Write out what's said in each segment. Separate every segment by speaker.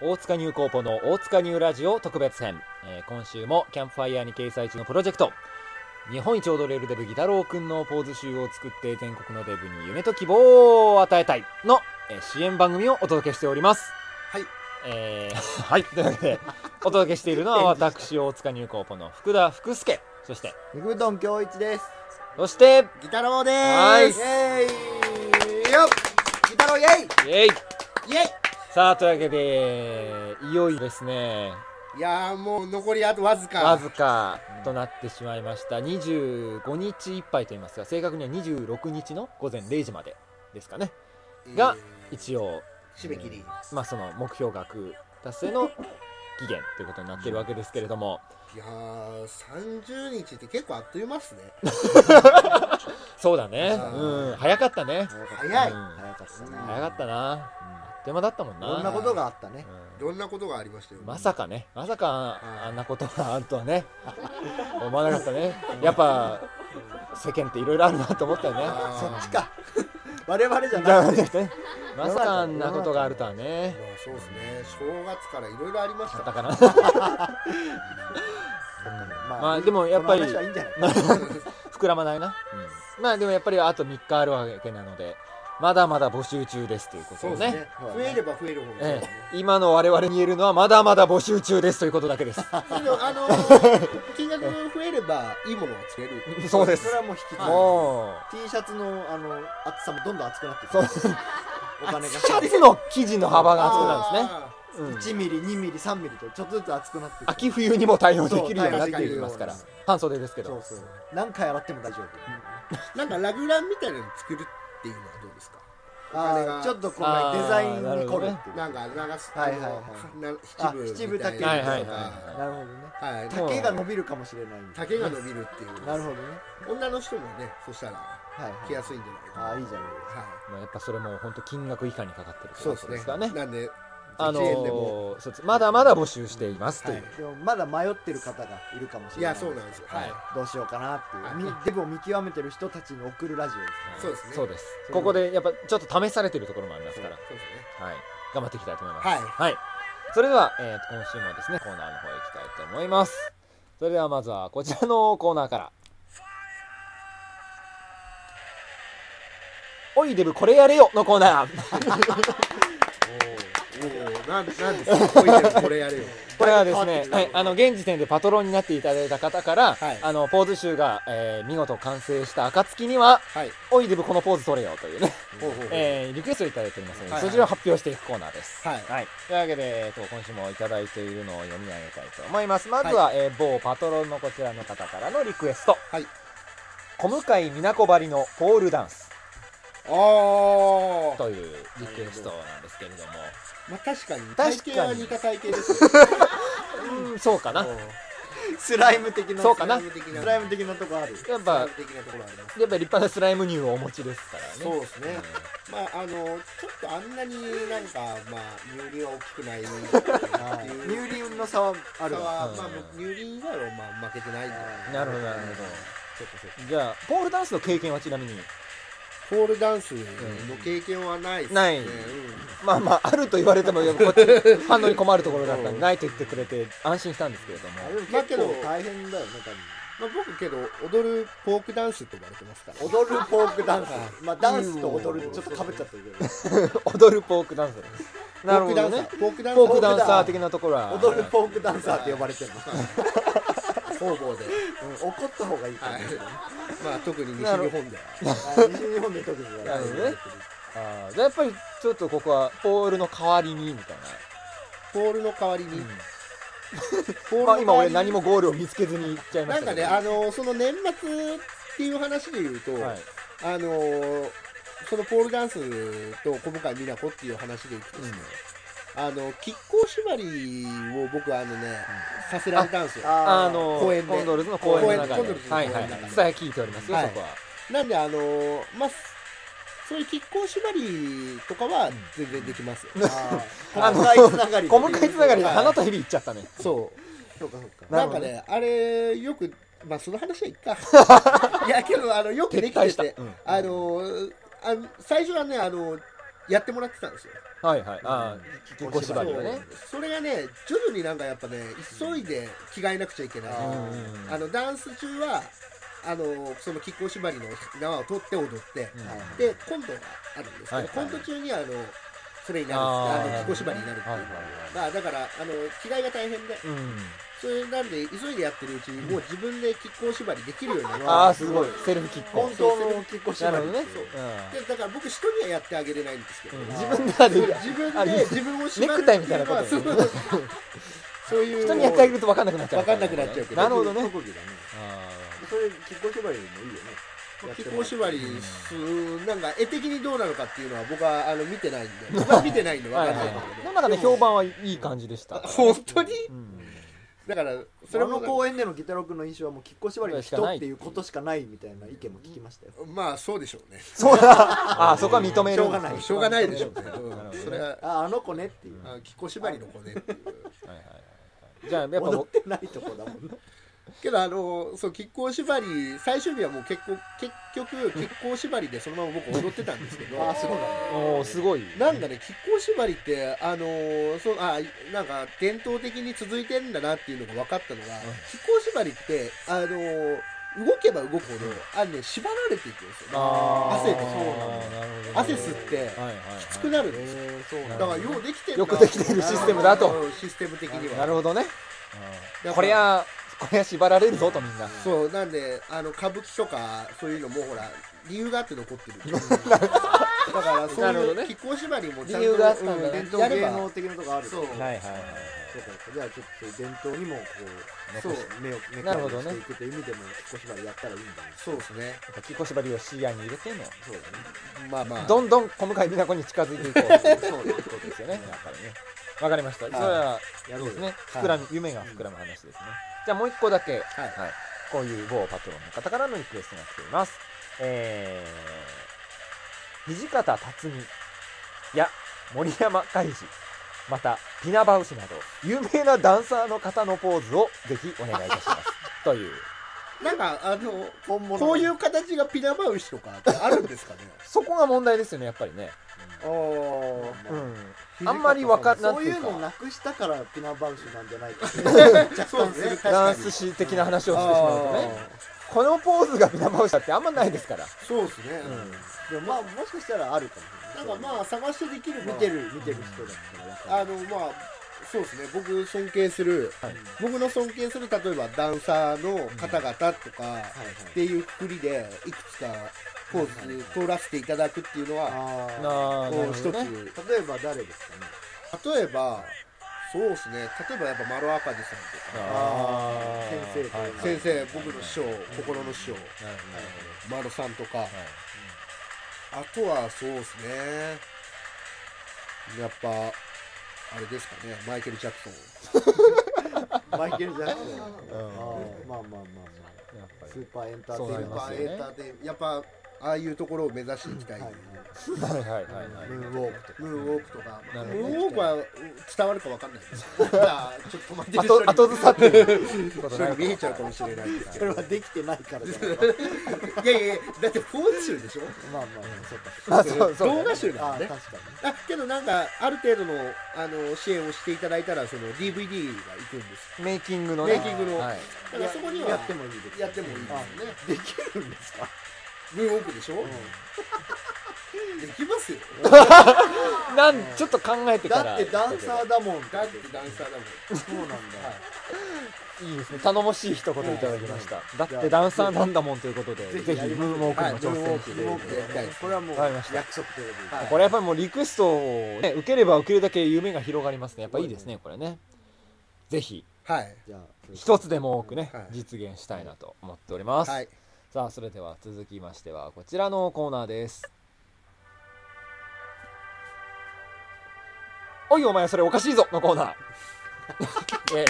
Speaker 1: 大塚ニューコーポの大塚ニューラジオ特別編、えー今週もキャンプファイヤーに掲載中のプロジェクト日本一踊れるデブギタロウくんのポーズ集を作って全国のデブに夢と希望を与えたいの、えー支援番組をお届けしております
Speaker 2: はい
Speaker 1: えー はいというわけでお届けしているのは私大塚ニューコーポの福田福助そして
Speaker 2: 肉うどん京一です
Speaker 1: そして
Speaker 2: ギタロウでー
Speaker 1: はい
Speaker 2: すイエーイよっギタロウイエ
Speaker 1: イエイ
Speaker 2: イイエ
Speaker 1: さあというわけでいよいよですね
Speaker 2: イいやーもう残りあとわずか
Speaker 1: わずかとなってしまいました25日いっぱいといいますか正確には26日の午前0時までですかねが
Speaker 2: えー
Speaker 1: 一応
Speaker 2: 締め切り
Speaker 1: まあその目標額達成の期限ということになってるわけですけれども
Speaker 2: いやー30日って結構あっという間っすね
Speaker 1: そうだね
Speaker 2: あー
Speaker 1: うん早かったね
Speaker 2: 早い
Speaker 1: うん
Speaker 3: 早かったね
Speaker 1: 早かったなあっという間だったもん
Speaker 3: いろんな
Speaker 1: な
Speaker 3: ことがあったね
Speaker 2: いろんなことがありましたよ
Speaker 1: まさかねまさかあんなことがあるとはね 思わなかったねやっぱ世間っていろいろあるなと思ったよね
Speaker 2: あー
Speaker 3: そっちか 我々じゃ
Speaker 1: じゃ
Speaker 3: な
Speaker 1: な
Speaker 3: くて
Speaker 1: くてまさかあんなことがあるとはね
Speaker 2: まあそうですね正月からいろいろありました
Speaker 1: だ
Speaker 2: か
Speaker 1: から
Speaker 3: ま
Speaker 1: まあでもやっぱり
Speaker 3: この話はいいんじゃない
Speaker 1: 膨らまないな、まあでもやっぱりあと3日あるわけなのでまだまだ募集中ですということ
Speaker 2: そう
Speaker 1: で
Speaker 2: ですす
Speaker 1: ね
Speaker 2: ね
Speaker 3: そう
Speaker 2: 増
Speaker 3: ね
Speaker 2: えれば増えるほどです
Speaker 1: え
Speaker 2: ね
Speaker 1: え、今の我々に言えるのはまだまだ募集中ですということだ けです
Speaker 2: それでもあ のー金額増えればいいものが作れる
Speaker 1: そうです
Speaker 3: それはもう引き継ぎ
Speaker 1: もう
Speaker 3: T シャツのあの厚さもどんどん厚くなってくるお金が
Speaker 1: シャツの生地の幅が厚くなるんですね
Speaker 2: あ
Speaker 1: うん
Speaker 3: 1ミリ2ミリ3ミリとちょっとずつ厚くなってくる
Speaker 1: 秋冬にも対応できるようになっ
Speaker 2: そ
Speaker 1: て
Speaker 2: う対応で
Speaker 1: い
Speaker 2: きるよう
Speaker 1: ま
Speaker 2: に
Speaker 1: すから半袖ですけ
Speaker 3: そ
Speaker 1: ど
Speaker 3: うそう何回洗っても大丈夫
Speaker 2: ーなんかラグランみたいなの作るっていうのはどうですか
Speaker 3: あ
Speaker 2: 金が
Speaker 3: ーちょっとこ
Speaker 1: あ
Speaker 3: う
Speaker 1: ー
Speaker 3: デザインに凝るっていう
Speaker 2: なんか流す
Speaker 3: はいはいは
Speaker 2: あ
Speaker 3: い
Speaker 2: のな七
Speaker 3: あ
Speaker 2: 分みたいな
Speaker 1: はいはいはい
Speaker 2: は
Speaker 3: なるほどね
Speaker 2: い
Speaker 1: もう
Speaker 3: 丈が伸びるかもしれないんで
Speaker 2: 丈が伸びるっていう
Speaker 3: なるほどね
Speaker 2: 女の人もねそしたら
Speaker 3: はい
Speaker 2: 着
Speaker 3: は
Speaker 2: や
Speaker 3: い
Speaker 2: すいんじゃないかな
Speaker 3: ああいいじゃない
Speaker 2: はい
Speaker 1: まあやっぱそれも本当金額以下にかかってるとい
Speaker 2: そうう
Speaker 1: こ
Speaker 2: で
Speaker 1: と
Speaker 2: す
Speaker 1: で
Speaker 2: ね
Speaker 1: すからね
Speaker 2: なんで
Speaker 1: あの
Speaker 2: 1円でも
Speaker 1: ーそうですまだまだ募集していますという、
Speaker 2: はい
Speaker 3: でもまだ迷ってる方がいるかも
Speaker 2: い
Speaker 3: しれない
Speaker 2: やそうなんですよはい
Speaker 3: どうしようかなっていう、みデブを見極めてる人たちに送るラジオですから
Speaker 2: そうですね
Speaker 1: そうですここでやっぱちょっと試されてるところもありますから
Speaker 2: そうですね
Speaker 1: はい、頑張っていきたいと思います。
Speaker 2: はい
Speaker 1: それでは、えー今週もですね、コーナーの方へ行きたいと思います。それではまずはこちらのコーナーから。おいデブこれやれよのコーナー。
Speaker 2: おーなんなんですかこういうのこれやれよ
Speaker 1: これはですね、
Speaker 2: だ
Speaker 1: はいい
Speaker 2: ぶ、変
Speaker 1: あの、
Speaker 2: わって
Speaker 1: 現時点でパトロンになっていただいた方から、
Speaker 2: はい
Speaker 1: あの、ポーズ集が、えー見事完成した暁には、
Speaker 2: きたはい
Speaker 1: おいデブこのポーズ取れよというね、
Speaker 2: ほうほうほう
Speaker 1: えーリクエストをいただいておりますので、
Speaker 2: はいはい
Speaker 1: そちらを発表していくコーナーです。
Speaker 2: はい
Speaker 1: はい、というわけで、えっと、今週もいただいているのを読み上げたいと思いますまずは、えー某パトロンのこちらの方からのリクエスト、
Speaker 2: はい、
Speaker 1: 小向井美奈子ばりのポールダンス
Speaker 2: ああ
Speaker 1: というリクエストなんですけれども
Speaker 2: まあ確かに体
Speaker 1: 確かに
Speaker 2: 型は似た体型ですよ
Speaker 1: うんそうかな
Speaker 2: おー
Speaker 3: スライム的な
Speaker 1: そうかな
Speaker 2: スライム的な
Speaker 3: スライム的なとこある
Speaker 1: やっ
Speaker 2: スライ
Speaker 1: ぱ
Speaker 2: ム的なところあります
Speaker 1: やっぱ立派なスライム乳をお持ちですからね
Speaker 2: そうですね
Speaker 1: ん
Speaker 2: まああのちょっとあんなになんかまあ乳輪は大きくな いっていう
Speaker 3: 乳輪の差はあるわ
Speaker 2: は、
Speaker 1: うん
Speaker 2: まあ、僕乳輪以外はまあ負けてないんで
Speaker 1: なるほどなる
Speaker 3: そうかそうか
Speaker 1: ほどじゃあポールダンスの経験はちなみに
Speaker 2: ポールダンスの経験はないっすね
Speaker 1: ない
Speaker 2: うん
Speaker 1: まあまああると言われてもやっぱこっち反応に困るところだったんでないと言ってくれて安心したんですけれども
Speaker 3: あでも
Speaker 2: だけ
Speaker 3: 結
Speaker 2: ど
Speaker 3: 構大変だよね
Speaker 2: まあ、僕けど踊るポークダンスって呼ばれてますから
Speaker 3: 多分踊るポークダンスまあダンスと踊るちょっとかぶっちゃってるけ
Speaker 1: 踊るポークダンサーですなる
Speaker 2: ポー
Speaker 1: ほ
Speaker 2: ク
Speaker 1: ど
Speaker 2: ダンサ
Speaker 1: ね
Speaker 2: ーポークダンサ
Speaker 1: ポ
Speaker 2: ー
Speaker 1: ークダンサー
Speaker 3: ポークダンサー
Speaker 1: 的なところは
Speaker 3: ど踊るポークダンサーって呼ばれてるの、
Speaker 2: 方々で、
Speaker 3: うん怒った方がいいと思
Speaker 2: は
Speaker 3: う
Speaker 2: い
Speaker 3: けどね、
Speaker 2: まあ特に西日本では
Speaker 3: あ西日本で特に言われ
Speaker 1: なる
Speaker 3: て
Speaker 1: ほ
Speaker 3: る
Speaker 1: どねあーじゃあやっぱりちょっとここはポールの代わりにみたい
Speaker 2: ポールの代わりに、
Speaker 1: な、
Speaker 2: ポールの代わりに
Speaker 1: まあ、今俺何もゴールを見つけずにいっちゃいま
Speaker 2: な
Speaker 1: し
Speaker 2: ん
Speaker 1: た
Speaker 2: か
Speaker 1: け
Speaker 2: ね
Speaker 1: ど
Speaker 2: あのその年末っていう話で言うと、
Speaker 1: はい
Speaker 2: あのーそのポールダンスと小向井美奈子っていう話でいくとですね、あの亀甲縛りを僕あのね、させられたんですよ
Speaker 1: あ
Speaker 3: あー
Speaker 1: の
Speaker 2: 公園で
Speaker 1: コンドルズの公園の中
Speaker 2: コン
Speaker 1: で
Speaker 2: ドルズの公
Speaker 1: はい
Speaker 2: 園の
Speaker 1: は
Speaker 2: 中
Speaker 1: い
Speaker 2: で
Speaker 1: 伝え聞いておりますよ、
Speaker 2: はい
Speaker 1: そこは
Speaker 2: なんであのーまあそういう亀甲縛りとかは全然できますよ、
Speaker 3: あー小向井つながり
Speaker 1: 小向井つながりで
Speaker 2: はい
Speaker 1: 花と蛇いっちゃったね
Speaker 2: そ
Speaker 3: そうかそう
Speaker 2: う
Speaker 3: か
Speaker 1: な
Speaker 2: な
Speaker 1: る
Speaker 2: ん
Speaker 1: ほど
Speaker 2: か
Speaker 1: ね
Speaker 2: ねあれよくまあその話はいっ かいやけどあのよくで
Speaker 1: 撤
Speaker 2: き
Speaker 1: 退
Speaker 2: て
Speaker 1: した、
Speaker 2: て
Speaker 1: うん
Speaker 2: あのーあ最初はねあのーやってもらってたんですよ
Speaker 1: はいはいあ
Speaker 3: うん
Speaker 1: ー結構縛りをね
Speaker 2: そうそれがね徐々になんかやっぱね急いで着替えなくちゃいけない、
Speaker 3: うん
Speaker 2: あのダンス中はあのその亀甲縛りの縄を取って踊って、
Speaker 1: うん
Speaker 3: はい
Speaker 2: でコントがあるんですけど、
Speaker 1: はいはい
Speaker 2: コント中にあのそれになる
Speaker 1: あ
Speaker 2: あ
Speaker 1: ー
Speaker 2: の亀甲縛りになるっていう、
Speaker 1: はいはいはい
Speaker 2: まあ、だからあの着替えが大変で
Speaker 1: うん
Speaker 2: それなんで急いでやってるうちにもう自分で亀甲縛りできるようになる
Speaker 1: ああすごいセルフキッコ
Speaker 3: 本当の結構縛
Speaker 1: なる
Speaker 3: り
Speaker 1: ほど
Speaker 3: って
Speaker 1: ね
Speaker 3: い
Speaker 2: で
Speaker 3: う
Speaker 2: だから僕人にはやってあげれないんですけど、
Speaker 1: うんうん
Speaker 2: 自
Speaker 1: 自分ではできる
Speaker 2: 分で自分を縛る
Speaker 1: ネクタイみたいなこと
Speaker 2: ってうのはそうそういう
Speaker 1: 人にやってあげると分かんなくなっちゃう
Speaker 2: 分かんなくなっちゃうけど
Speaker 1: なるほどね
Speaker 3: 特技だね
Speaker 1: あ
Speaker 3: それ結構縛りでもいいよね
Speaker 2: 気候縛りするなんか絵的にどうなのかっていうのは僕はあの見 てないんで僕は見てないんで
Speaker 1: ー
Speaker 2: 分か
Speaker 1: はい
Speaker 2: ん
Speaker 1: は
Speaker 2: ないい
Speaker 1: は
Speaker 2: んだ
Speaker 1: い
Speaker 2: け
Speaker 1: な
Speaker 2: ど
Speaker 1: んかね評判はいい感じでした
Speaker 2: 本当に
Speaker 1: うん
Speaker 2: だからそ
Speaker 3: そ
Speaker 2: れ
Speaker 3: れ
Speaker 2: も
Speaker 3: も
Speaker 2: こ
Speaker 3: 公園でのギタロ君の印象はもう亀甲縛りの人っていうことしかないみたいな意見も聞きましたよ
Speaker 2: うまあそうでしょうね
Speaker 1: そうだあーそこは認める
Speaker 3: しょうがない
Speaker 2: しょうがないでしょうねうん
Speaker 1: なるほどね
Speaker 2: それは
Speaker 3: ああの子ねっていう
Speaker 2: あ気候縛りの子ねっ ていう
Speaker 1: はいはいはいはいじゃあやっぱ
Speaker 3: 踊
Speaker 1: も
Speaker 3: ってないとこだもんね
Speaker 2: けどあのそう気候縛り最終日はもう結構結局気候縛りでそのまま僕踊ってたんですけど
Speaker 3: ああそうなんだ
Speaker 1: おーすごい
Speaker 2: なんかね、亀甲縛りって、あのーそう、あ、なんか、伝統的に続いてんだなっていうのが分かったのが、亀甲縛りって、あのー動けば動くほど、あのね、縛られていくんですよ、
Speaker 1: あー
Speaker 2: 汗で
Speaker 1: そうなんだ
Speaker 2: 汗吸って、
Speaker 1: はいはいはい
Speaker 2: きつくなるんですよ。
Speaker 3: えーそうなん
Speaker 2: だ
Speaker 3: だ
Speaker 2: から、ようできてる
Speaker 1: よくできてるシステムだと。
Speaker 2: うんシステム的に
Speaker 1: な
Speaker 2: は。
Speaker 1: るほどね
Speaker 2: うん
Speaker 1: これやこれや縛られるぞとみんな
Speaker 2: そう、なんで、あの、歌舞伎とか、そういうのも、ほら、理由があって残 ってる。だから、そう
Speaker 1: なるほ
Speaker 2: い
Speaker 1: ど
Speaker 2: う、
Speaker 1: ね
Speaker 2: 亀甲縛りもちゃんと、
Speaker 1: 理由があったんだね
Speaker 2: うん
Speaker 3: 伝
Speaker 2: や
Speaker 3: 統
Speaker 2: れ
Speaker 3: 芸
Speaker 2: ば
Speaker 3: 能的なとこある
Speaker 2: そう
Speaker 3: そうか
Speaker 1: はいはいはい
Speaker 3: じゃあちょっと伝統にもこう
Speaker 2: そう
Speaker 3: 目を目
Speaker 1: なる
Speaker 3: か
Speaker 1: ほ
Speaker 3: ら
Speaker 1: どね
Speaker 3: していくという意味でも亀甲縛りやったらいいんだね
Speaker 2: そうですね。
Speaker 1: 木こ縛りを視野に入れての
Speaker 3: そうだね
Speaker 2: まあまあ。
Speaker 1: どんどん小向井美奈子に近づいていこうというそうことですよねやっぱりねわかりましたそれはそ
Speaker 3: やろ
Speaker 1: う
Speaker 3: う
Speaker 1: で
Speaker 3: よ
Speaker 1: すね膨らみ夢が膨らむ話ですねじゃあもう一個だけ
Speaker 2: はい。
Speaker 1: はい、こういう某パトロンの方からのリクエストが来ています。えー、土方辰巳や森山海二、またピナバウシなど、有名なダンサーの方のポーズをぜひお願いいたします。という。
Speaker 2: なんか、あの、
Speaker 3: 本物
Speaker 2: こういう形がピナバウシとかってあるん ですかね
Speaker 1: そこが問題ですよね、やっぱりね。
Speaker 3: あ
Speaker 1: うん。あんまりわかん
Speaker 3: あ
Speaker 1: なん
Speaker 3: そ
Speaker 1: て
Speaker 3: う
Speaker 1: い
Speaker 3: いう
Speaker 1: う
Speaker 3: の
Speaker 1: か、
Speaker 3: なくしたからピナバウシなんじゃないか
Speaker 2: そうですね
Speaker 1: ダンス史的な話をしてしまうとね、
Speaker 2: あ
Speaker 1: このポーズがピナバウシだってあんまないですから。
Speaker 2: ーそうですね、
Speaker 3: でもまあもしかしたらあるかもしれ
Speaker 2: な
Speaker 3: なんい
Speaker 2: かまあ探してできる
Speaker 3: 見
Speaker 2: 見
Speaker 3: て
Speaker 2: てる
Speaker 3: る見てる人だったらわか
Speaker 2: あ
Speaker 3: る
Speaker 2: のまあそうですね僕尊敬する、
Speaker 1: はい
Speaker 2: 僕の尊敬する例えばダンサーの方々とか
Speaker 3: はいはい
Speaker 2: っていうくくりでいくつかポーズ通らせていただくっていうのは、
Speaker 1: な
Speaker 3: あ
Speaker 1: あ
Speaker 2: こ
Speaker 1: な
Speaker 2: う
Speaker 1: る
Speaker 2: 一
Speaker 1: ほど
Speaker 2: つ、
Speaker 1: ね。
Speaker 3: 例えば誰ですかね
Speaker 2: 例えばそうですね例えばやっぱマロアカジさんとか
Speaker 1: あー
Speaker 3: 先生
Speaker 1: はいはい
Speaker 2: 先生僕の師匠心の師匠
Speaker 1: なる
Speaker 2: マロさんとか、
Speaker 1: ほどはい
Speaker 2: あとはそうですね。やっぱ、あれですかね、マイケル・ジャクソン。
Speaker 3: マイケル・ジャクソン
Speaker 1: うん
Speaker 3: あーまあまあまあま
Speaker 1: やっぱ
Speaker 3: あ
Speaker 1: り
Speaker 3: スーパーエンターテイ
Speaker 1: あり
Speaker 3: ンメント
Speaker 1: ますよね
Speaker 2: やっぱエンターテインやっぱ、ああいうところを目指していきたい。
Speaker 3: はい
Speaker 1: はいはいはい
Speaker 3: は
Speaker 1: はいい
Speaker 3: ムーンウォークとか
Speaker 2: ムーンウォークとか、ム
Speaker 1: なる
Speaker 2: ー
Speaker 1: ほど
Speaker 2: ンウォークは伝わるかわかんない です。じゃあ、ちょっと止まってる人
Speaker 1: 後
Speaker 2: に
Speaker 1: 後ずさっていうこと
Speaker 2: 人
Speaker 1: な
Speaker 2: に
Speaker 1: い
Speaker 2: 見えちゃうかもしれ ないですけ
Speaker 3: それはできてないからじゃないか
Speaker 2: ど。いやいやいや、だってフォー集でしょ
Speaker 3: まあまあそうか
Speaker 1: まあそうそうだね
Speaker 2: 動画集な
Speaker 3: あ
Speaker 2: ん
Speaker 3: ー
Speaker 2: で
Speaker 3: 確
Speaker 2: すね。
Speaker 3: か
Speaker 2: あ
Speaker 3: に
Speaker 2: けどなんか、ある程度のあの支援をしていただいたら、その DVD が行くんです。
Speaker 1: メイキングのね
Speaker 2: メイキングの
Speaker 1: はい
Speaker 2: だからそこには
Speaker 3: やってもいいです
Speaker 2: やってもいいですね
Speaker 3: あできるんですか
Speaker 2: ムーンウォークでしょ、できますよ。
Speaker 1: なんちょっと考えてか
Speaker 3: だ
Speaker 1: ら
Speaker 3: ってダンサーだもん
Speaker 2: だってダンサーだもん。
Speaker 3: そうなんだ
Speaker 1: いいですね頼もしい一言いただきましただってダンサーなんだもんということで
Speaker 3: ぜひ
Speaker 1: ぜひムーンウォークの挑戦してい
Speaker 3: ムーンウォ
Speaker 1: ただ
Speaker 3: ー
Speaker 1: きたい
Speaker 3: クでやりたいですこれはもう
Speaker 1: わかりました
Speaker 3: 約束ということで
Speaker 2: はい
Speaker 1: これやっぱりもうリクエストをね受ければ受けるだけ夢が広がりますねやっぱいいですねこれねぜひ
Speaker 2: はい。
Speaker 3: じゃあ
Speaker 1: 一つでも多くね
Speaker 2: はい
Speaker 1: 実現したいなと思っております
Speaker 2: はい。
Speaker 1: さあそれでは続きましてはこちらのコーナーですおいお前それおかしいぞのコー ナーえ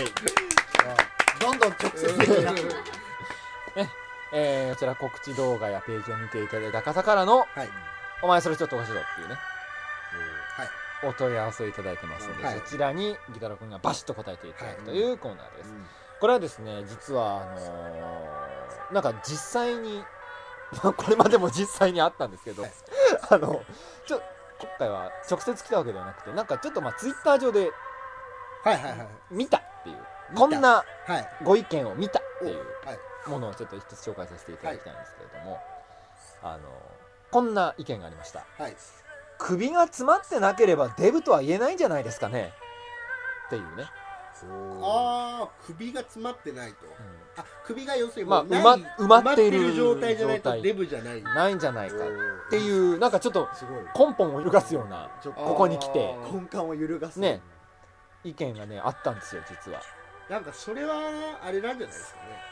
Speaker 3: どんどん直接的な
Speaker 1: ーえーこちら告知動画やページを見ていただいた方からの
Speaker 2: はい。
Speaker 1: お前それちょっとおかしいぞっていうねお問い合わせをいただいてますので、
Speaker 2: は
Speaker 1: そ
Speaker 2: い
Speaker 1: ちらにギタロ君がバシッと答えていただくというコーナーです、
Speaker 3: うん
Speaker 1: これはですね実はあのーなんか実 際にまあこれまでも実際にあったんですけど、
Speaker 2: はい
Speaker 1: あのちょ今回は直接来たわけではなくてなんかちょっとまあツイッター上で
Speaker 2: はいはいはい
Speaker 1: 見たっていう
Speaker 2: 見た
Speaker 1: こんな
Speaker 2: はい
Speaker 1: ご意見を見たっていう
Speaker 2: おはい
Speaker 1: ものをちょっと一つ紹介させていただきたいんですけれども、あのこんな意見がありました
Speaker 2: はい
Speaker 1: 首が詰まってなければデブとは言えないんじゃないですかねっていうね、
Speaker 2: ああ首が詰まってないと
Speaker 1: う
Speaker 2: あ首が要するに
Speaker 1: まあ
Speaker 2: もうない
Speaker 1: 埋ま埋まっている
Speaker 2: 埋状態じゃない
Speaker 1: 状
Speaker 2: と
Speaker 1: 態
Speaker 2: デブじゃない
Speaker 1: んないんじゃないかっていううなんかちょっと
Speaker 3: すごい
Speaker 1: 根本を揺るがすような
Speaker 3: ちょっ
Speaker 1: ことこに来て
Speaker 2: あー
Speaker 3: 根幹を揺るがす
Speaker 1: ね意見がねあったんですよ実は。
Speaker 2: なんかそれはあれなんじゃないですかね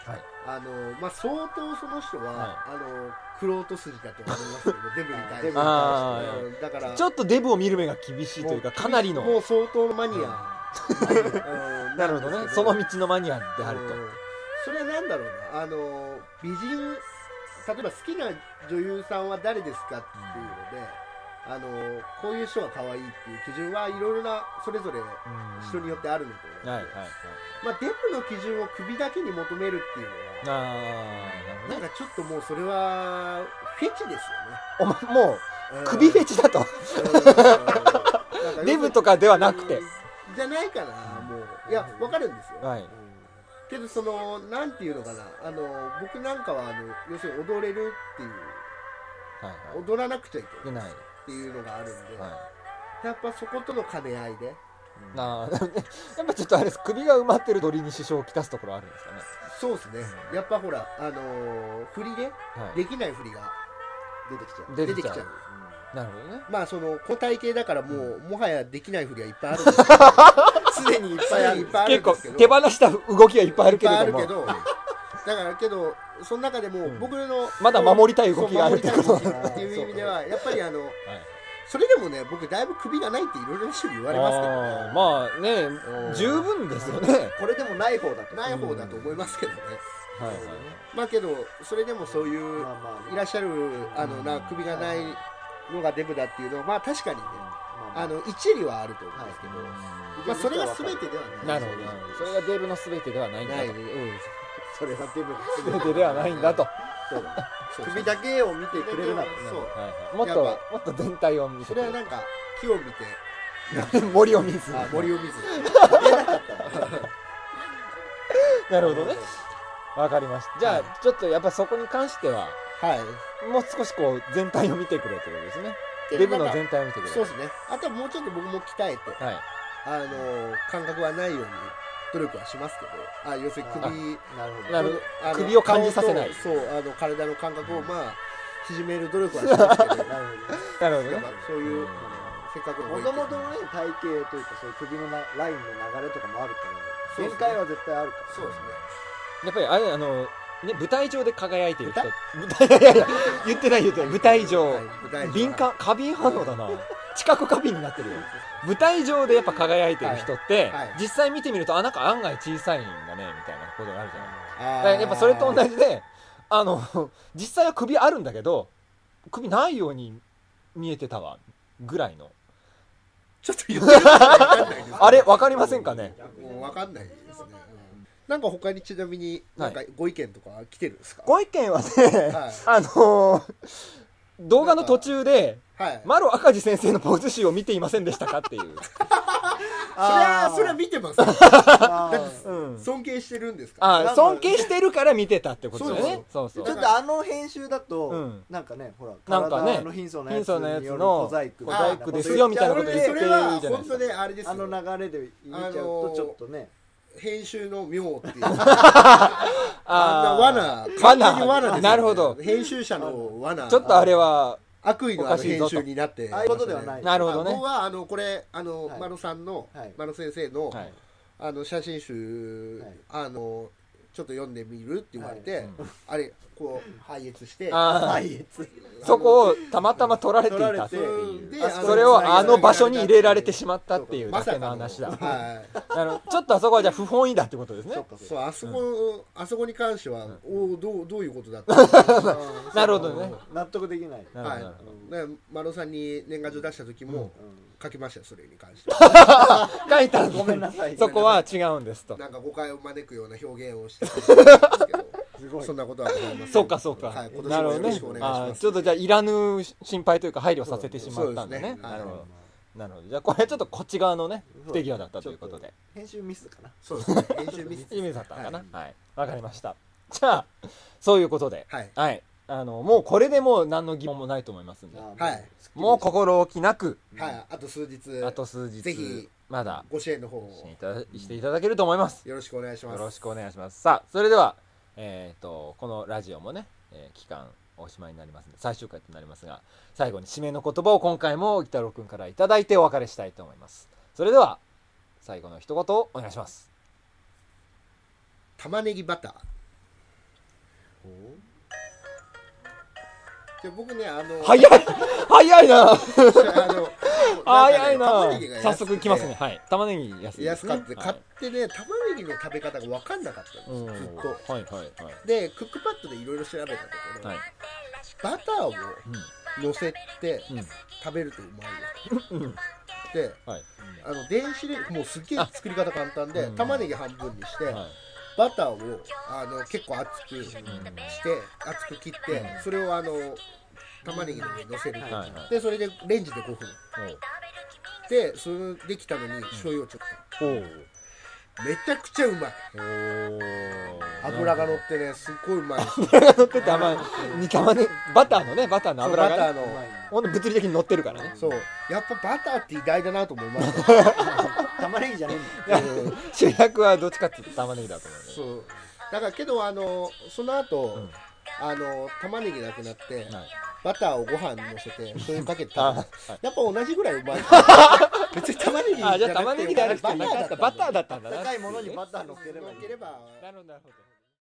Speaker 1: はい
Speaker 2: あのまあ相当その人は、
Speaker 1: はい
Speaker 2: あのクロ筋だと思います けどデブに対して
Speaker 3: デブに対してね
Speaker 1: あー
Speaker 2: うんだから
Speaker 1: ちょっとデブを見る目が厳しいというかかなりの
Speaker 2: もう相当のマニア、うん
Speaker 1: なるほどねその道のマニアであると
Speaker 2: うんそれは何だろうなあの美人例えば好きな女優さんは誰ですかっていうので、あのこういう人が可愛いっていう基準はいろいろなそれぞれ
Speaker 1: うん
Speaker 2: 人によってあるのと思
Speaker 1: は
Speaker 2: う、
Speaker 1: いはいはい
Speaker 2: まあ、デブの基準を首だけに求めるっていうの
Speaker 1: あー
Speaker 2: は
Speaker 1: なるほ
Speaker 2: な
Speaker 1: ど
Speaker 2: ん
Speaker 1: ね
Speaker 2: かちょっともうそれはフェチですよね
Speaker 1: お前もう
Speaker 2: うん
Speaker 1: 首フェチだと
Speaker 2: うんな ん
Speaker 1: デブとかではなくて
Speaker 2: じゃないかなもういやわかるんですよ、
Speaker 1: はい
Speaker 2: けどそのなんていうのかなあの僕なんかはあの要するに踊れるっていう
Speaker 1: はいはい
Speaker 2: 踊らなくちゃいけ
Speaker 1: で
Speaker 2: ない
Speaker 1: ない
Speaker 2: っていうのがあるんで、
Speaker 1: はい
Speaker 2: やっぱそことの兼ね合いで
Speaker 1: なあ やっぱちょっとあれです首が埋まってる鳥に支障をきたすところあるんですかね
Speaker 2: そうですねやっぱほらあの振りで
Speaker 1: は
Speaker 2: できない振りが
Speaker 3: 出てきちゃう
Speaker 1: い
Speaker 2: 出
Speaker 1: 出
Speaker 2: て
Speaker 1: て
Speaker 2: き
Speaker 1: き
Speaker 2: ち
Speaker 1: ち
Speaker 2: ゃ
Speaker 1: ゃ
Speaker 2: う
Speaker 1: うなるほどね
Speaker 2: まあその個体系だからもう、
Speaker 1: う
Speaker 2: もはやできない振りはいっぱいあるん ですけど
Speaker 3: すでにいっぱいあ
Speaker 2: いっ
Speaker 3: る
Speaker 2: ぱいあ
Speaker 1: 結
Speaker 2: るんで
Speaker 1: 構
Speaker 2: すけど
Speaker 1: 手放した動きはいっぱいあるけ
Speaker 2: いっぱいあ
Speaker 1: れ
Speaker 2: る
Speaker 1: ど
Speaker 2: け
Speaker 1: も
Speaker 2: どだからけどその中でも
Speaker 1: うん
Speaker 2: 僕の、
Speaker 1: まだ守りたい動きがあるってこと
Speaker 2: そう守りたい動きっていう意味ではやっぱりあのそれでもね僕だいぶ首がないっていろいろな種類言われますけど
Speaker 1: あ
Speaker 2: ね
Speaker 1: ーまあね
Speaker 2: うん
Speaker 1: 十分ですよね
Speaker 3: これでもない方だと
Speaker 2: ない方だと思いますけどね、
Speaker 1: はい
Speaker 3: そうだね
Speaker 2: まあけどそれでもそういう
Speaker 3: まあまあ
Speaker 2: いらっしゃるあのな首がないのがデブだっていうのはまあ確かにね
Speaker 3: まあ
Speaker 2: あの一理はあると思うんですけど、
Speaker 1: は
Speaker 2: まあそれが全てではない
Speaker 1: なるほどなるほどそれがデブの全てではないんだ
Speaker 2: ない
Speaker 1: と
Speaker 2: うん
Speaker 3: それはデブ
Speaker 1: 全てではないんだと、は
Speaker 3: そうだね
Speaker 2: そうそう
Speaker 3: 首だけを見てくれるなって
Speaker 2: そう
Speaker 1: い、もっと
Speaker 2: やっ
Speaker 1: もっと全体を見
Speaker 2: そ
Speaker 1: て
Speaker 2: れはなんか木を見て
Speaker 1: 森を見ず
Speaker 2: あ森を見ず
Speaker 1: なるほどねわかりましたじゃあ、ちょっとやっぱそこに関しては
Speaker 2: はい
Speaker 1: もう少しこう全体を見てくれということですねデブの全体を見てくれ
Speaker 2: そうですねあとはもうちょっと僕も鍛えて
Speaker 1: はい
Speaker 2: あの感覚はないように努力はしますけどあ要するに首
Speaker 3: なるほ
Speaker 1: なるほど
Speaker 2: あの
Speaker 1: 首を感じさせない
Speaker 2: 顔とそうあの体の感覚をまあ縮める努力はしますけど
Speaker 3: どなるほど
Speaker 1: なるほど
Speaker 2: やっ
Speaker 1: ね
Speaker 2: ぱそういうせっかく
Speaker 3: もともとのね体型というかそういう首のなラインの流れとかもあるか
Speaker 2: そう
Speaker 3: ら
Speaker 2: ですね
Speaker 3: 限界は絶対あるから
Speaker 2: そうですね
Speaker 1: やっぱりあれあのね舞台上で輝いている人舞台いやいや言ってない言ってない舞台上
Speaker 2: はい舞台上
Speaker 1: 敏感過敏反応だな知覚過敏になってるよ舞台上でやっぱ輝いてる人って、
Speaker 2: はいはい
Speaker 1: 実際見てみるとあなんか案外小さいんだねみたいなことがあるじゃないだ
Speaker 2: あ
Speaker 1: か
Speaker 2: ー
Speaker 1: らやっぱそれと同じであの実際は首あるんだけど首ないように見えてたわぐらいの
Speaker 2: ちょっと言ってることわかんないですね
Speaker 1: あれわかりませんかね
Speaker 2: もうわかんないですね、うんなんか他にちなみになんかご意見とか来てるんですか、
Speaker 1: ご意見はね、
Speaker 2: はい
Speaker 1: あの動画の途中で
Speaker 2: はい
Speaker 1: マロ赤字先生のポーズ集を見ていませんでしたかっていう、
Speaker 2: それはそれは見てますよ
Speaker 3: あー
Speaker 2: だって
Speaker 1: うん、
Speaker 2: 尊敬してるんですから
Speaker 1: あー尊敬してるから見てたってことだよねそうそう
Speaker 3: ちょっとあの編集だと、
Speaker 1: うん
Speaker 3: なんかねほら
Speaker 1: なんかね
Speaker 3: 体の貧相なやつ
Speaker 1: 貧相なやつ
Speaker 3: に
Speaker 1: の
Speaker 3: よる小細工みたいな
Speaker 2: 小細
Speaker 3: こと
Speaker 1: 工で
Speaker 3: 言っ
Speaker 1: す
Speaker 3: ちゃう
Speaker 1: よみたいなこと言って
Speaker 2: そ
Speaker 1: る
Speaker 2: れ
Speaker 1: じゃな
Speaker 2: はい
Speaker 1: ですか
Speaker 2: 本当ねあれです
Speaker 3: あ
Speaker 2: よ
Speaker 3: の流れで言っちゃうとちょっとね、
Speaker 2: 編集の妙っていうあんな罠完全に罠ですよね
Speaker 1: なるほど
Speaker 2: 編集者の罠
Speaker 1: ちょっとあれは
Speaker 2: 悪意のあ
Speaker 1: おか
Speaker 2: る
Speaker 1: しいぞと
Speaker 2: 編集になって
Speaker 3: ああいうことではない
Speaker 1: なるほどね
Speaker 2: 僕はあのこれあの、
Speaker 3: はい
Speaker 2: マロさんの、
Speaker 3: はい
Speaker 2: マロ先生の、
Speaker 1: はい
Speaker 2: あの写真集、
Speaker 3: はい
Speaker 2: あのちょっと読んでみるって言われて、
Speaker 1: いうん
Speaker 2: あれこう拝閲して
Speaker 1: あ
Speaker 3: はいえつ
Speaker 1: ーそこをたまたま取られていたって
Speaker 2: うん
Speaker 1: いう
Speaker 2: であの
Speaker 1: それをあの場所に入れられてしまったっていう
Speaker 2: ま
Speaker 1: だ
Speaker 2: さ
Speaker 1: け
Speaker 2: か
Speaker 1: の
Speaker 2: の
Speaker 1: 話だ
Speaker 2: は
Speaker 1: あのちょっとあそこはじゃあ不本意だってことですね
Speaker 3: そうか
Speaker 2: い、
Speaker 3: そ
Speaker 2: そうう
Speaker 3: か
Speaker 2: あそこ、あそこに関しては、おおどうどういうことだったのか
Speaker 1: なるほどね
Speaker 3: 納得できない、
Speaker 1: なるほ
Speaker 2: は
Speaker 1: ど
Speaker 2: い
Speaker 1: なるほど、
Speaker 2: ねマロさんに年賀状出した時も、
Speaker 3: う
Speaker 2: 書きましたよそれに関して
Speaker 1: 書いた
Speaker 3: ん、ごめんなさい
Speaker 1: そこは違うんですと
Speaker 2: なんか誤解を招くような表現をしてたんですけど
Speaker 3: すごいごい
Speaker 2: そんなことはございません
Speaker 1: そうかそうか、
Speaker 2: はい、今
Speaker 1: なる
Speaker 2: 年も
Speaker 1: ほど
Speaker 2: よろし
Speaker 1: ね
Speaker 2: くお願いし
Speaker 1: あ
Speaker 2: ま
Speaker 1: ー
Speaker 2: す
Speaker 1: ちょっとじゃあいらぬ心配というか配慮させてしまったんだ
Speaker 2: そう
Speaker 1: ね
Speaker 2: ですね
Speaker 1: なるほ
Speaker 2: は
Speaker 1: ど
Speaker 2: い
Speaker 1: なるほどじゃあこれちょっとこっち側のね不手際だったということで
Speaker 3: 編集ミスかな
Speaker 2: そうですね編集ミス
Speaker 1: 意味だったのかなはいわ、かりましたじゃあそういうことで
Speaker 2: はい
Speaker 1: はいあのもうこれでもう何の疑問もないと思いますんで
Speaker 3: あー
Speaker 2: はい
Speaker 1: もう心置きなく
Speaker 2: はいあと数日
Speaker 1: あと数日
Speaker 2: ぜひ
Speaker 1: まだ
Speaker 2: ご支援の方
Speaker 1: し
Speaker 2: を
Speaker 1: ていただしていただけると思います
Speaker 2: よろしくお願いします
Speaker 1: よろしくお願いしますさあそれではえっ、とこのラジオもね、えー期間おしまいになりますので最終回となりますが最後に締めの言葉を今回もギタロウくんからいただいてお別れしたいと思いますそれでは最後の一言をお願いします
Speaker 2: 玉ねぎバター
Speaker 3: おー
Speaker 2: で僕ねあの
Speaker 1: 早い 早いな
Speaker 2: あの
Speaker 1: 早いな
Speaker 2: 玉ねぎが安くて
Speaker 1: 早速来ますねはい玉ねぎ安いですね
Speaker 2: 安かった
Speaker 1: は
Speaker 2: 買っ
Speaker 1: い
Speaker 2: てね玉ねぎの食べ方が分かんなかったんですずっと
Speaker 1: とはいはいはい
Speaker 2: でクックパッドでいろいろ調べたところ、
Speaker 1: はい
Speaker 2: バターを乗せて
Speaker 1: うん
Speaker 2: 食べるとうまいよ
Speaker 1: うんうん
Speaker 2: で
Speaker 1: はい
Speaker 2: あの電子レンジもうすっげえ作り方簡単で
Speaker 1: うん
Speaker 2: 玉ねぎ半分にして、
Speaker 1: はい
Speaker 2: バターをあの結構厚くして厚く切って、それをあの玉ねぎの上に乗せる、
Speaker 1: はいはい
Speaker 2: でそれでレンジで5分でそれできたのに醤油をちょっ
Speaker 1: おうおう
Speaker 2: とめちゃくちゃうまい
Speaker 1: おー
Speaker 2: 油が乗ってねすっごいうまいです
Speaker 1: 乗ってて甘いに玉ねバターのねバターの
Speaker 2: そう
Speaker 1: 油
Speaker 2: バ
Speaker 1: が
Speaker 2: ター
Speaker 1: ね
Speaker 2: の
Speaker 3: うまいな
Speaker 1: ほんで物理的に乗ってるからね
Speaker 2: そうやっぱバターって偉大だなと思いました
Speaker 3: 玉ねぎじゃねえんだ
Speaker 1: 主役はどっちかっていうと玉ねぎだと思うね
Speaker 2: そうだからけどあのその後、
Speaker 1: ん
Speaker 2: あの玉ねぎなくなって、
Speaker 1: はい
Speaker 2: バターをご飯にのせて醤油かけて
Speaker 1: あ
Speaker 2: 食べ
Speaker 1: は
Speaker 2: るやっぱ同じぐらいうまい別に玉ねぎ
Speaker 1: あじゃあ玉ねぎである必要なかったバターだったんだな
Speaker 3: 高いものにバター乗っければいい
Speaker 2: ければ
Speaker 1: なるほどなるほど